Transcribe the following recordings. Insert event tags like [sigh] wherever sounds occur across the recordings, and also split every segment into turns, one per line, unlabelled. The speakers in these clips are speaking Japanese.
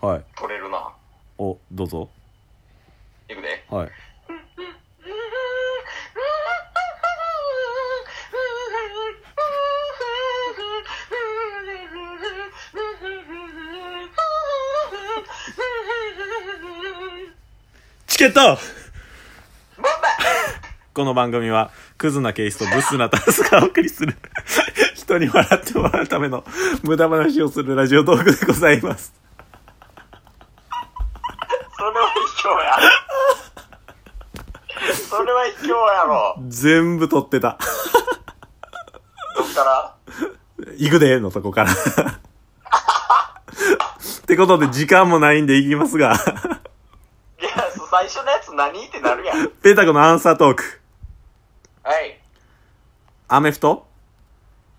はい
取れるな
おどうぞ
いくで
はいチケット
ボンバ
この番組はクズなケースとブスなタスがお送りする [laughs] 人に笑ってもらうための無駄話をするラジオトークでございます
ーそれは卑怯やそれは卑怯やろ
全部撮ってた
どっから
行くでのとこから [laughs] ってことで時間もないんで行きますが
いや最初のやつ何ってなるやんは
ペタコのアンサートーク
い
アメフト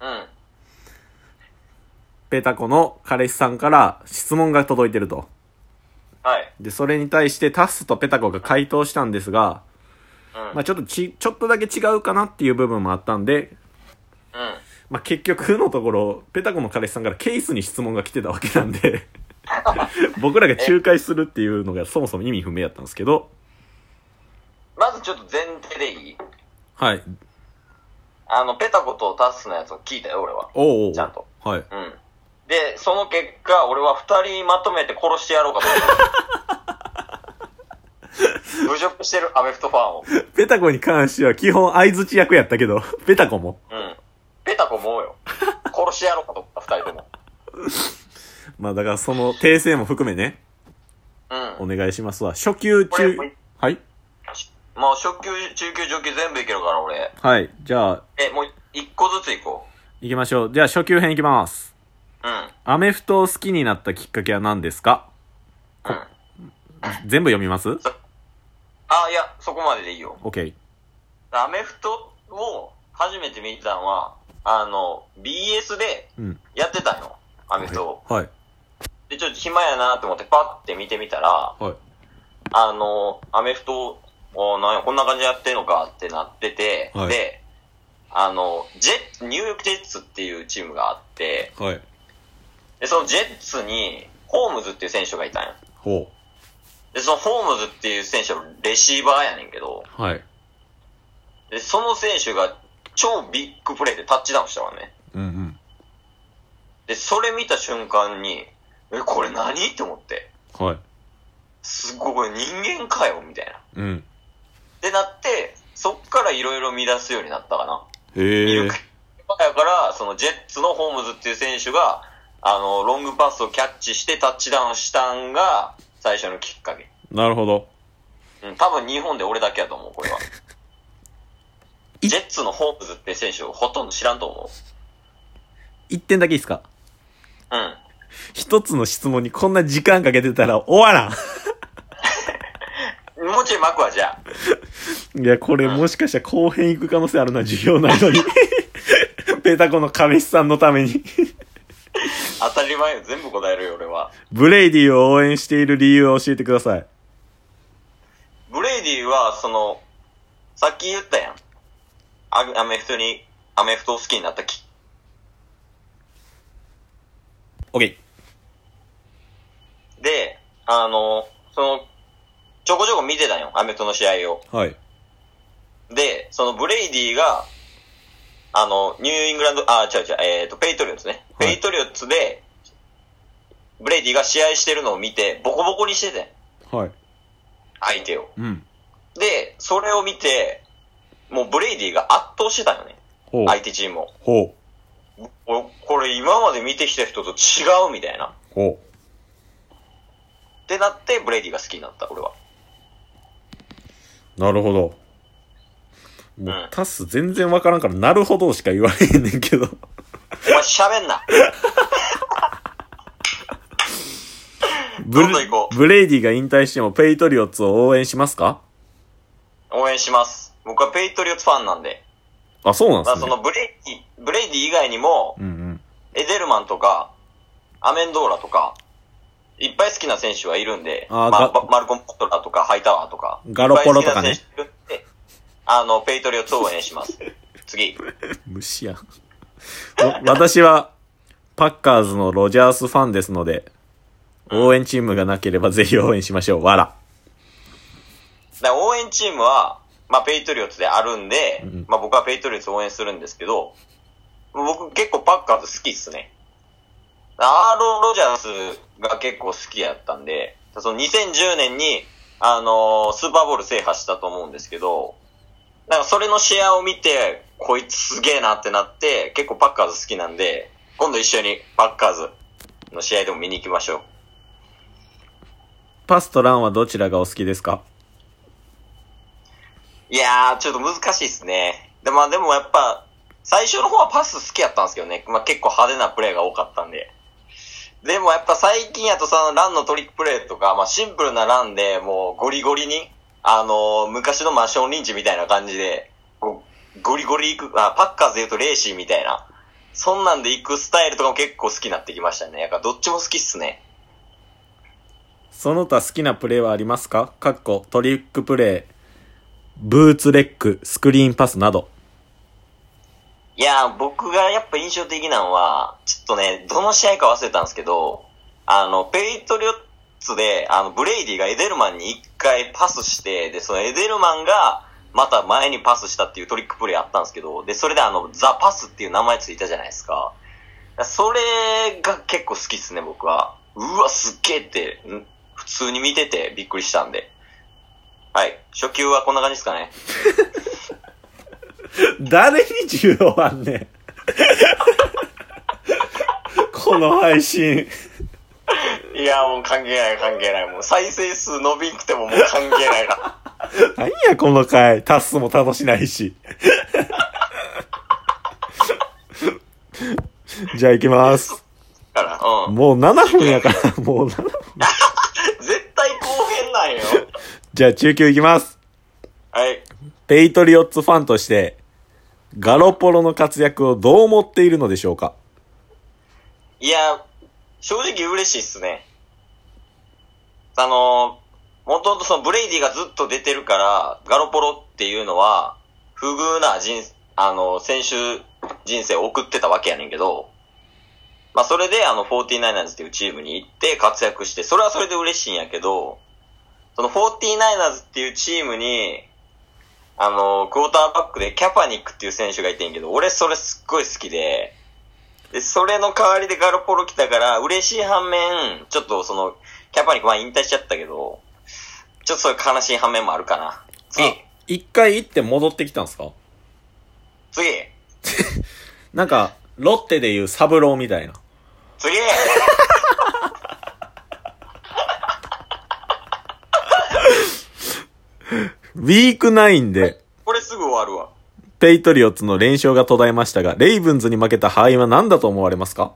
うん
ペタコの彼氏さんから質問が届いてると
はい
でそれに対してタスとペタコが回答したんですが、
うん
まあ、ちょっとちちょっとだけ違うかなっていう部分もあったんで
うん
まあ、結局のところ、ペタコの彼氏さんからケースに質問が来てたわけなん
[laughs]
で、僕らが仲介するっていうのがそもそも意味不明やったんですけど、
まずちょっと前提でいい
はい。
あの、ペタコとタッスのやつを聞いたよ、俺は。
おうおう
ちゃんと。
はい。
うん。で、その結果、俺は二人まとめて殺してやろうかと思
[laughs]
って。侮辱してるアメフトファンを。
ペタコに関しては基本相づち役やったけど、ペタコも。
うん。ペタコもうよ。殺してやろうかと思った、二人とも。
まあだからその訂正も含めね、
うん。
お願いしますわ。初級
これ
中、はい。
もう初級、中級、上級全部いけるから、俺。
はい。じゃあ、
え、もう一個ずついこ
行きましょう。じゃあ初級編行きます。
う。うん。
アメフトを好きになったきっかけは何ですか
うん。
全部読みます
あ、いや、そこまででいいよ。
?OK。
アメフトを初めて見たのは、あの、BS で
うん。
やってたの。アメフトを。
はい。
で、ちょっと暇やなと思ってパッて見てみたら、
はい。
あの、アメフト、おなんやこんな感じでやってんのかってなってて、
はい
で、あの、ジェッツ、ニューヨークジェッツっていうチームがあって、
はい。
で、そのジェッツに、ホームズっていう選手がいたんや。
ほ
で、そのホームズっていう選手はレシーバーやねんけど、
う。はい。
で、その選手が超ビッグプレーでタッチダウンしたわね。
うんうん。
で、それ見た瞬間に、え、これ何って思って。
はい。
すごい、これ人間かよみたいな。
うん。
ってなって、そっからいろいろ見出すようになったかな。
へ
いるだから、そのジェッツのホームズっていう選手が、あの、ロングパスをキャッチしてタッチダウンしたんが、最初のきっかけ。
なるほど。
うん、多分日本で俺だけやと思う、これは。ジェッツのホームズって選手をほとんど知らんと思
一点だけいいですか
う。うん。
一つの質問にこんな時間かけてたら終わら
もうちょい巻くわ、じゃあ。
んいや、これもしかしたら後編行く可能性あるな、授業ないの [laughs] に。ペタコの亀師さんのために。
当たり前よ、全部答えるよ、俺は。
ブレイディを応援している理由を教えてください。
ブレイディは、その、さっき言ったやん。アアメフトに、アメフトを好きになったき、
オッケ
で、あの、その、ちょこちょこ見てたんよ、アメフトの試合を。
ー。はい。
で、そのブレイディが、あの、ニューイングランド、あ、違う違う、えっ、と、ペイトリオッツね。
はい
ペイトリオッツで、ブレイディが試合してるのを見て、ボコボコにしてて、
はい。
相手を。
うん。
で、それを見て、もうブレイディが圧倒してたよね。
ほう。
相手チームを。
ほう。
おこれ今まで見てきた人と違うみたいな。
ほう。
ってなって、ブレイディが好きになった、俺は。
なるほど。も
うん
う、タス全然わからんから、なるほどしか言われへんねん
[laughs]
けど。
お前喋んな。
ブ
どんどん
レ
行こう
ブレイディが引退してもペイトリオッツを応援しますか
応援します。僕はペイトリオッツファンなんで。
あ、そうなん
まあ
です
そ
ね。
のブレイディ、ブレイディ以外にも、
うんうん。
エゼルマンとか、アメンドーラとか、いっぱい好きな選手はいるんで、
あー
ま
が
あ、ばマルコム・ポトラとか、ハイタワーとか、
ガロポロとかね
いっぱい好きな選手いるんで、あの、ペイトリオッツを応援します。次。
虫やん。 [laughs] わ私は、パッカーズのロジャースファンですので、応援チームがなければぜひ応援しましょう。わら。
だから応援チームは、まあ、ペイトリオッツであるんで、
うん
まあ、僕はペイトリオッツ応援するんですけど、僕結構パッカーズ好きっすね。アーロン・ロジャースが結構好きやったんで、その2010年に、あのースーパーボール制覇したと思うんですけど、なんかそれの試合を見て、こいつすげえなってなって、結構パッカーズ好きなんで、今度一緒にパッカーズの試合でも見に行きましょう。
パスとランはどちらがお好きですか
いやー、ちょっと難しいですね。で、まあでもやっぱ、最初の方はパス好きやったんですけどね。まあ結構派手なプレーが多かったんで。でもやっぱ最近やとそのランのトリックプレーとか、まあシンプルなランでもうゴリゴリに、あのー昔のマションリンチみたいな感じで、こうゴリゴリ行く、あ、パッカーズで言うとレーシーみたいな、そんなんで行くスタイルとかも結構好きになってきましたね。やっぱどっちも好きっすね。
その他好きなプレーはありますかかっこトリックプレー、ブーツレック、スクリーンパスなど。
いやー、僕がやっぱ印象的なのは、ちょっとね、どの試合か忘れたんですけど、あの、ペイトリオッツで、あの、ブレイディがエデルマンに一回パスして、で、そのエデルマンが、また前にパスしたっていうトリックプレーあったんですけど、で、それであの、ザ・パスっていう名前ついたじゃないですか。それが結構好きっすね、僕は。うわ、すっげえって、ん普通に見ててびっくりしたんで。はい。初級はこんな感じですかね。
誰に10をあんねん。この配信。
いや、もう関係ない関係ない。もう再生数伸びんくてももう関係ないか
何やこの回。タッスも楽しないし。じゃあ行きます。
ら。から、うん。
もう7分やから、もう7分。
絶対後編なんよ。
じゃあ中級行きます。
はい。
ペイトリオッツファンとして、ガロポロの活躍をどう思っているのでしょうか
いや、正直嬉しいっすね。あのー、もともとそのブレイディがずっと出てるから、ガロポロっていうのは、不遇な人、あのー、選手人生を送ってたわけやねんけど、まあそれであの 49ers っていうチームに行って活躍して、それはそれで嬉しいんやけど、その 49ers っていうチームに、あのー、クォーターバックでキャパニックっていう選手がいてんけど、俺それすっごい好きで、で、それの代わりでガロポロ来たから、嬉しい反面、ちょっとその、キャパニックまあ引退しちゃったけど、ちょっとそういう悲しい反面もあるかな。次
あ、一回行って戻ってきたんですか
次、
なんか、ロッテでいうサブローみたいな。
次
ウィーク9で、
これすぐ終わるわ。
ペイトリオッツの連勝が途絶えましたが、レイブンズに負けた敗因は何だと思われますか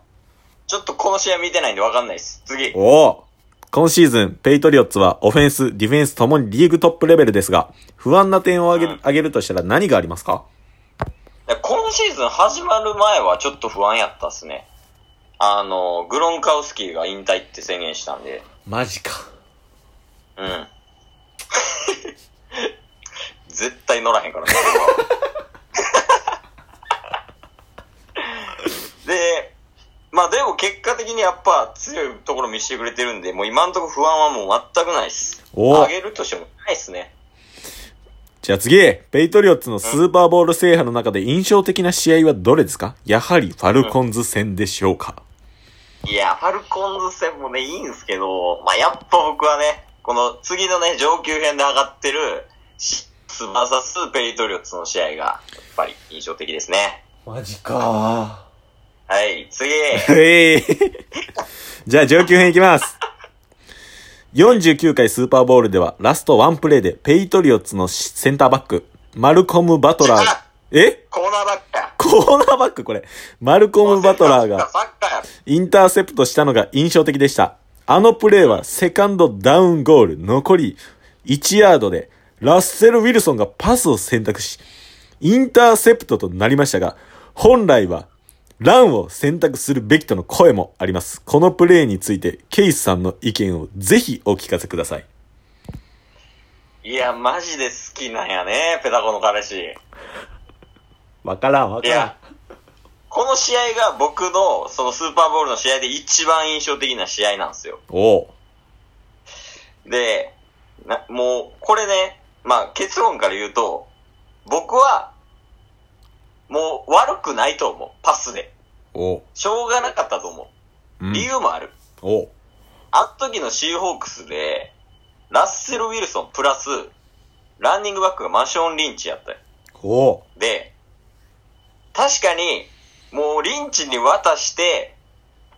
ちょっとこの試合見てないんでわかんないです。次。
おお今シーズン、ペイトリオッツはオフェンス、ディフェンスともにリーグトップレベルですが、不安な点を挙げ
うん
挙げるとしたら何がありますか
今シーズン始まる前はちょっと不安やったっすね。あの、グロンカウスキーが引退って宣言したんで、
マジか。
うん。 [laughs] 絶対乗らへんからね。 [laughs] 俺はで、まあでも結果的にやっぱ強いところ見せてくれてるんで、もう今のところ不安はもう全くないっす。
お
上げるとしてもないっすね。
じゃあ次、ペイトリオッツのスーパーボール制覇の中で印象的な試合はどれですかやはりファルコンズ戦でしょうか、
いや、ファルコンズ戦もね、いいんすけど、まあやっぱ僕はね、この次のね、上級編で上がってる、シッツバーサスペイトリオッツの試合が、やっぱり印象的ですね。
マジか
はい、次
ええ [laughs] じゃあ上級編いきます。49回スーパーボールではラストワンプレーでペイトリオッツのセンターバック、マルコム・バトラー。え
コーナーバックか。
コーナーバックこれ。マルコム・バトラーが
サッカーや。
インターセプトしたのが印象的でした。あのプレーはセカンドダウンゴール残り1ヤードでラッセル・ウィルソンがパスを選択し、インターセプトとなりましたが、本来はランを選択するべきとの声もあります。このプレーについてケイスさんの意見をぜひお聞かせください。
いや、マジで好きなんやね、ペタコの彼氏。
わからんわ
いや、この試合が僕の、そのスーパーボールの試合で一番印象的な試合なんですよ。
おう。
で、なもう、これね、まあ結論から言うと、僕は、もう悪くないと思う。パスで。
おう。
しょうがなかったと思
う
う。
ん
理由もある。
おう。
あの時のシーホークスで、ラッセル・ウィルソンプラス、ランニングバックがマショーン・リンチやったよ。
おう。
で、確かに、もうリンチに渡して、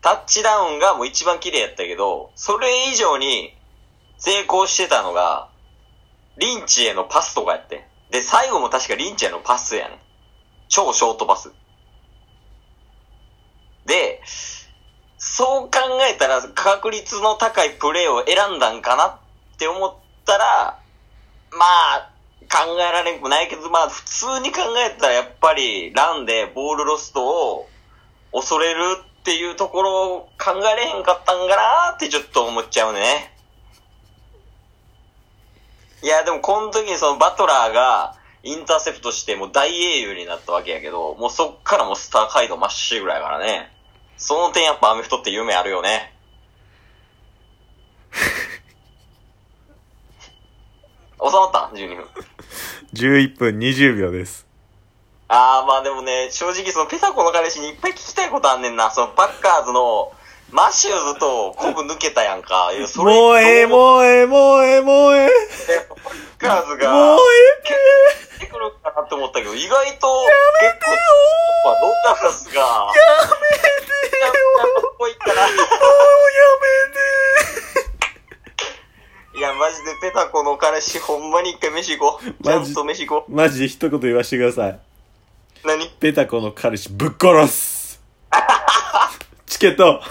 タッチダウンがもう一番綺麗やったけど、それ以上に成功してたのが、リンチへのパスとかやって。で、最後も確かリンチへのパスやね。超ショートパス。で、そう考えたら確率の高いプレーを選んだんかなって思ったら、まあ、考えられんくないけど、まあ、普通に考えたらやっぱり、ランでボールロストを恐れるっていうところを考えれへんかったんかなってちょっと思っちゃうね。いや、でもこの時にそのバトラーがインターセプトしてもう大英雄になったわけやけど、もうそっからもうスター街道まっしぐらいからね。その点やっぱアメフトって夢あるよね。収まった ?12 分。
11分20秒です。
ああ、まあでもね、正直そのペタコの彼氏にいっぱい聞きたいことあんねんな。そのパッカーズのマシューズとコブ抜けたやんか。いやそれ
もうええ、
う。
もうええ、もうええ、もうええ。
パッカーズが、
もう
来てくるかなって思ったけど、意外と、結構、やっぱロンダラスが、やめてよっぽいから。いや、マジでペタコの彼氏ほんまに一回飯行こう。ちゃ
マジ
んと飯行こ
え。 [laughs] マジで一言言わせてください。
う。何
ペタコの彼氏ぶっ殺す。チケット。